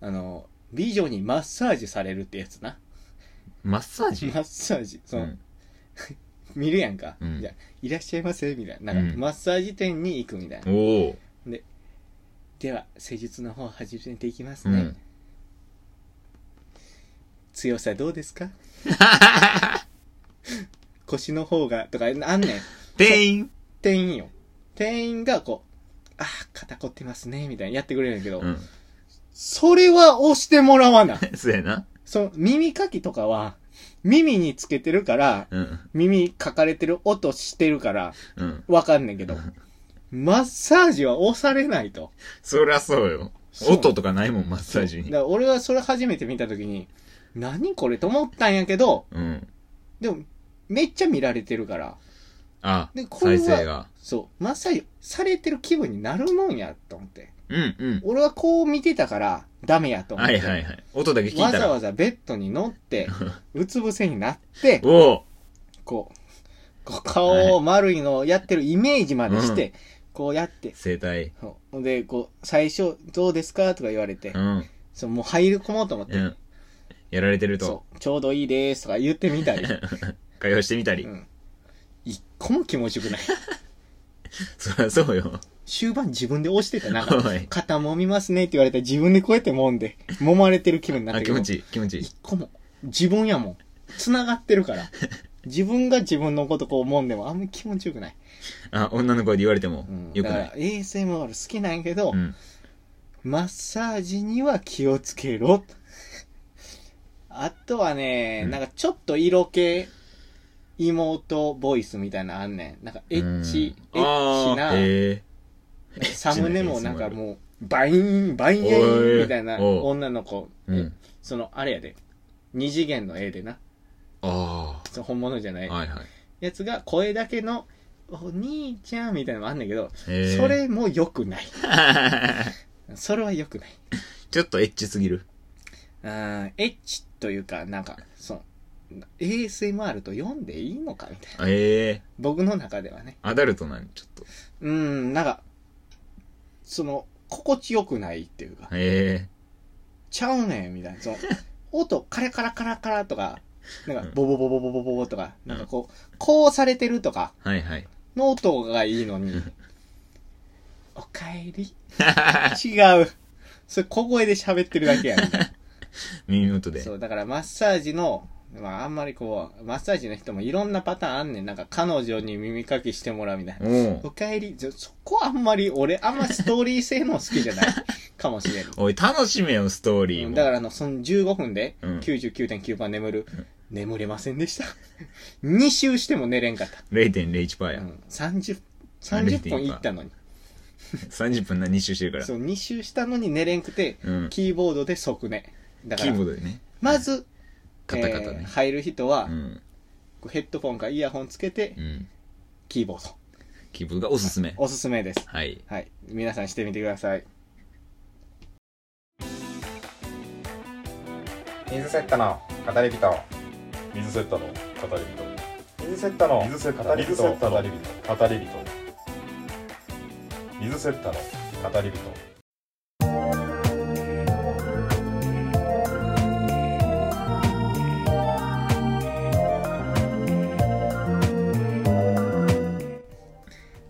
Speaker 2: あの、美女にマッサージされるってやつな。
Speaker 1: マッサー
Speaker 2: マ
Speaker 1: ジ
Speaker 2: ッサージ、そうの、
Speaker 1: ん。
Speaker 2: 見るやんか、
Speaker 1: うん
Speaker 2: じゃあいらっしゃいませみたいな。なんか、
Speaker 1: うん
Speaker 2: マッサージ店に行くみたいな。
Speaker 1: おお。
Speaker 2: では、施術の方始めていきます
Speaker 1: う
Speaker 2: ね。
Speaker 1: ん。
Speaker 2: 強さどうです か腰の方が、とか、あんねん。
Speaker 1: 店員
Speaker 2: 店員よ。店員がこう、あー、肩凝ってますね、みたいなやってくれるんやけど、
Speaker 1: うん。
Speaker 2: それは押してもらわな。
Speaker 1: そうやな。
Speaker 2: その耳かきとかは、耳につけてるから、
Speaker 1: うん。
Speaker 2: 耳かかれてる音してるから、
Speaker 1: うん。
Speaker 2: わかんねんけど、マッサージは押されないと。
Speaker 1: そりゃそうよ。
Speaker 2: そう
Speaker 1: 音とかないもん、マッサージ
Speaker 2: だ
Speaker 1: に
Speaker 2: か。ら俺はそれ初めて見たときに、何これと思ったんやけど、
Speaker 1: うん。
Speaker 2: でも、めっちゃ見られてるから、
Speaker 1: あ
Speaker 2: で、これ
Speaker 1: 再
Speaker 2: は
Speaker 1: 生が。
Speaker 2: そう、マッサージされてる気分になるもんや、と思って。
Speaker 1: うんうん。
Speaker 2: 俺はこう見てたから、ダメやと思っ
Speaker 1: は
Speaker 2: て。
Speaker 1: いはいはい。音だけ聞いた
Speaker 2: わ
Speaker 1: ら。
Speaker 2: ざわざベッドに乗って、うつ伏せになって、
Speaker 1: おお。
Speaker 2: こう、こう顔を丸いのをやってるイメージまでして、
Speaker 1: う
Speaker 2: こうやって、
Speaker 1: 生体。
Speaker 2: そうで、こう、最初、どうですかとか言われて、
Speaker 1: うん。
Speaker 2: そうもう入り込もうと思って、
Speaker 1: うん。やられてると
Speaker 2: そ。う、ちょうどいいですとか言ってみたり、
Speaker 1: 会話してみたり
Speaker 2: う。ん。一個も気持ちよくない。
Speaker 1: そりゃそうよ。
Speaker 2: 終盤自分で押して たな。
Speaker 1: おい
Speaker 2: 肩揉みますねって言われたら自分でこうやって揉んで、揉まれてる気分になっ
Speaker 1: あ、
Speaker 2: たけ
Speaker 1: 気
Speaker 2: ど
Speaker 1: 持ちいい、気持ちいい。
Speaker 2: 一個も。自分やもん。繋がってるから。自分が自分のことこう思うんでもあんまり気持ちよくない。
Speaker 1: あ、女の声で言われても
Speaker 2: うん、、
Speaker 1: よくな
Speaker 2: だか
Speaker 1: い。
Speaker 2: ら ASMR 好きなんやけど、
Speaker 1: うん。
Speaker 2: マッサージには気をつけろ。あとはね、
Speaker 1: うん
Speaker 2: なんかちょっと色気、妹ボイスみたいなのあんねん。なんかエッチ、
Speaker 1: うん
Speaker 2: エッチな
Speaker 1: あー、へ
Speaker 2: なんかサムネも
Speaker 1: エッチな
Speaker 2: なんか
Speaker 1: ASMR
Speaker 2: もう、バイーン、バイエーンみたい
Speaker 1: お
Speaker 2: な
Speaker 1: いおう
Speaker 2: 女の子。
Speaker 1: え。うん。
Speaker 2: その、あれやで。二次元の絵でな。
Speaker 1: あ
Speaker 2: その本物じゃない。
Speaker 1: あ。はいはい。
Speaker 2: やつが声だけの、お兄ちゃんみたいなのもあんだけど、
Speaker 1: へー
Speaker 2: そ。れも良くない。それは良くない。
Speaker 1: ちょっとエッチすぎる。
Speaker 2: うーん、エッチというか、なんか、その、ASMR と読んでいいのかみたいな。
Speaker 1: ええ。
Speaker 2: 僕の中ではね。
Speaker 1: アダルトなん、ちょっと。
Speaker 2: うーん、なんか、その、心地よくないっていうか、
Speaker 1: ええ。
Speaker 2: ちゃうねん、みたいな。その、音、カラカラカラカラとか、なん
Speaker 1: う
Speaker 2: か
Speaker 1: ん、
Speaker 2: ボボボボボボボボとか、なんかこう、こうされてるとか、
Speaker 1: はいはい。
Speaker 2: の音がいいのに、おかえり違う。それ小声で喋ってるだけやん。
Speaker 1: 耳元で。
Speaker 2: そう、だからマッサージの、まああんまりこう、マッサージの人もいろんなパターンあんねん。なんか彼女に耳かきしてもらうみたいな。
Speaker 1: お
Speaker 2: おかえり、ちょそこあんまり俺、あんまストーリー性の好き じゃないかもしれん。
Speaker 1: おい、楽しめよ、ストーリー
Speaker 2: うん
Speaker 1: も。
Speaker 2: だからあの、その15分で
Speaker 1: うん
Speaker 2: 99.9番眠る、眠れませんでした。2周しても寝れんかった。
Speaker 1: 0.01%
Speaker 2: う
Speaker 1: や。
Speaker 2: ん、30、30分いったのに。
Speaker 1: 30分な、2周してるから。
Speaker 2: そう、2周したのに寝れんくて、
Speaker 1: うん
Speaker 2: キーボードで即寝。だか
Speaker 1: キー
Speaker 2: ら
Speaker 1: ボ、ードでね。
Speaker 2: まず、
Speaker 1: カタカタ
Speaker 2: えー
Speaker 1: ね。
Speaker 2: 入る人は
Speaker 1: う、ん。
Speaker 2: こうヘッドフォンかイヤホンつけて
Speaker 1: うん。
Speaker 2: キーボード
Speaker 1: 気分がおすすめ。
Speaker 2: おすすめです
Speaker 1: はい。
Speaker 2: はい皆さんしてみてください
Speaker 4: 水セットの語り人
Speaker 3: 水セッタの語り
Speaker 4: 水セットの
Speaker 3: 人。水セッタ
Speaker 4: 語り人
Speaker 3: の語り人。語り人。水セッタの語り人。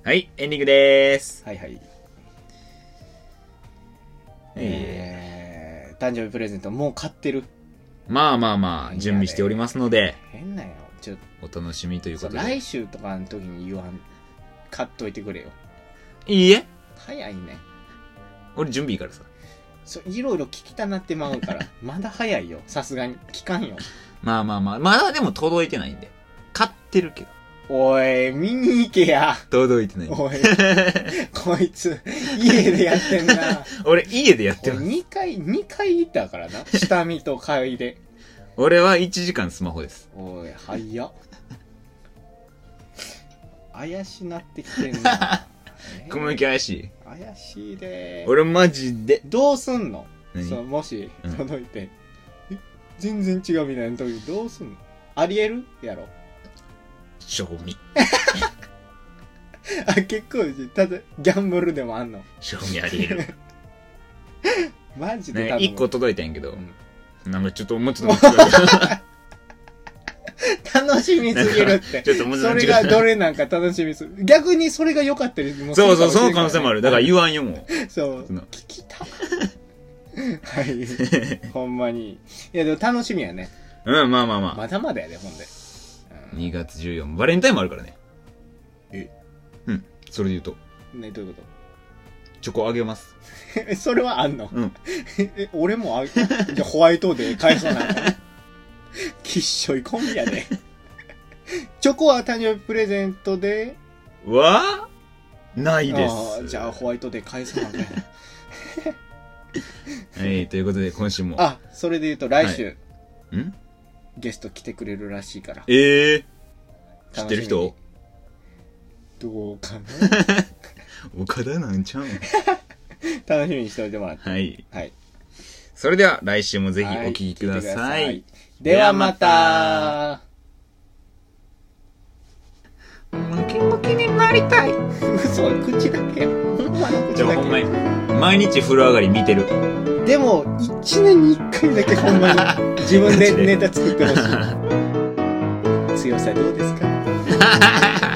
Speaker 1: はい、エンディングでーす。
Speaker 2: はいはい
Speaker 1: え
Speaker 2: えー、誕生日プレゼントもう買ってる
Speaker 1: ーまあまあまあ、準備しておりますので、
Speaker 2: 変なよちょっ
Speaker 1: お楽しみということと
Speaker 2: 来
Speaker 1: で。
Speaker 2: 週とかの時に言わん買っといてくれよ
Speaker 1: いいえ
Speaker 2: 早いね
Speaker 1: 俺準備いいからさ。
Speaker 2: そいろいろ聞きたなってま うからまだ早いよさすがに聞かんよ
Speaker 1: まあまあまあ、まだでも届いてないんで。買ってるけど。
Speaker 2: おい見に行けや
Speaker 1: 届いてないんで。
Speaker 2: おいこいつ家でやってんな
Speaker 1: 俺、家でやって
Speaker 2: 俺
Speaker 1: ます。
Speaker 2: 2回2回行ったから な下見と買いで
Speaker 1: 俺は1時間スマホです。
Speaker 2: おい早っ怪しなってきて んな
Speaker 1: 小麦怪しい。
Speaker 2: 怪しいでー
Speaker 1: 俺マジで。
Speaker 2: どうすんのその
Speaker 1: 何
Speaker 2: もし
Speaker 1: うん
Speaker 2: 届いて、え全然違うみたいな時どうすんのありえるやろ
Speaker 1: 賞味。
Speaker 2: あ結構ただギャンブルでもあんの
Speaker 1: 賞味ありえる。
Speaker 2: マジ で
Speaker 1: ね
Speaker 2: 多、分
Speaker 1: 1個届いたんやけど、
Speaker 2: ん
Speaker 1: なんかちょっともうちょっと待っ てくださ
Speaker 2: 楽しみすぎるっ
Speaker 1: い
Speaker 2: て
Speaker 1: ちょっともうちょっと待
Speaker 2: それ
Speaker 1: ってくだ
Speaker 2: が
Speaker 1: さい
Speaker 2: どれなんか楽しみする逆にそれが良かったりもする
Speaker 1: そう
Speaker 2: か
Speaker 1: そう、
Speaker 2: もしれ
Speaker 1: そ
Speaker 2: ん
Speaker 1: の可能性もある。だ
Speaker 2: ら
Speaker 1: か
Speaker 2: ね
Speaker 1: ら言わんよ、もう。
Speaker 2: そう
Speaker 1: その
Speaker 2: 聞きたはいほんまにいやでも楽しみやね
Speaker 1: うん、まあまあまあ。
Speaker 2: まだまだやでほんでうん
Speaker 1: 2月14バレンタインもあるからね。
Speaker 2: え
Speaker 1: うん。それで言うと、
Speaker 2: ねどういうこ
Speaker 1: チョコあげます。
Speaker 2: と えそれはあんの
Speaker 1: うん。
Speaker 2: え、俺もあ、じゃあホワイトデー返さなあかん。きっしょいコンビやで。チョコは誕生日プレゼントで。
Speaker 1: わあないで
Speaker 2: あー
Speaker 1: す。
Speaker 2: じゃあホワイトデー返さなあかんや。
Speaker 1: はい、ということで今週も。
Speaker 2: あ、それで言うと来週、
Speaker 1: ん
Speaker 2: ゲスト来てくれるらしいから。
Speaker 1: ええ知っ
Speaker 2: 楽
Speaker 1: てる
Speaker 2: しみに
Speaker 1: 人
Speaker 2: どうかな
Speaker 1: 岡田なん ちゃうん
Speaker 2: 楽しみにしておいてもらって。
Speaker 1: はい。
Speaker 2: はい。
Speaker 1: それでは来週もぜひお
Speaker 2: はい
Speaker 1: 聞きくださ
Speaker 2: 聞
Speaker 1: い。
Speaker 2: ではま
Speaker 1: では
Speaker 2: た。
Speaker 1: ムキムキになりたい。
Speaker 2: 嘘、口だけよ。ほんまの
Speaker 1: じ
Speaker 2: 口
Speaker 1: ゃあ
Speaker 2: だ
Speaker 1: ほんま
Speaker 2: け
Speaker 1: に、毎日風呂上がり見てる。。
Speaker 2: でも、一年に一回だけほんまに 自分でネタ作ってほしい。強さどうですか
Speaker 1: Ha ha ha!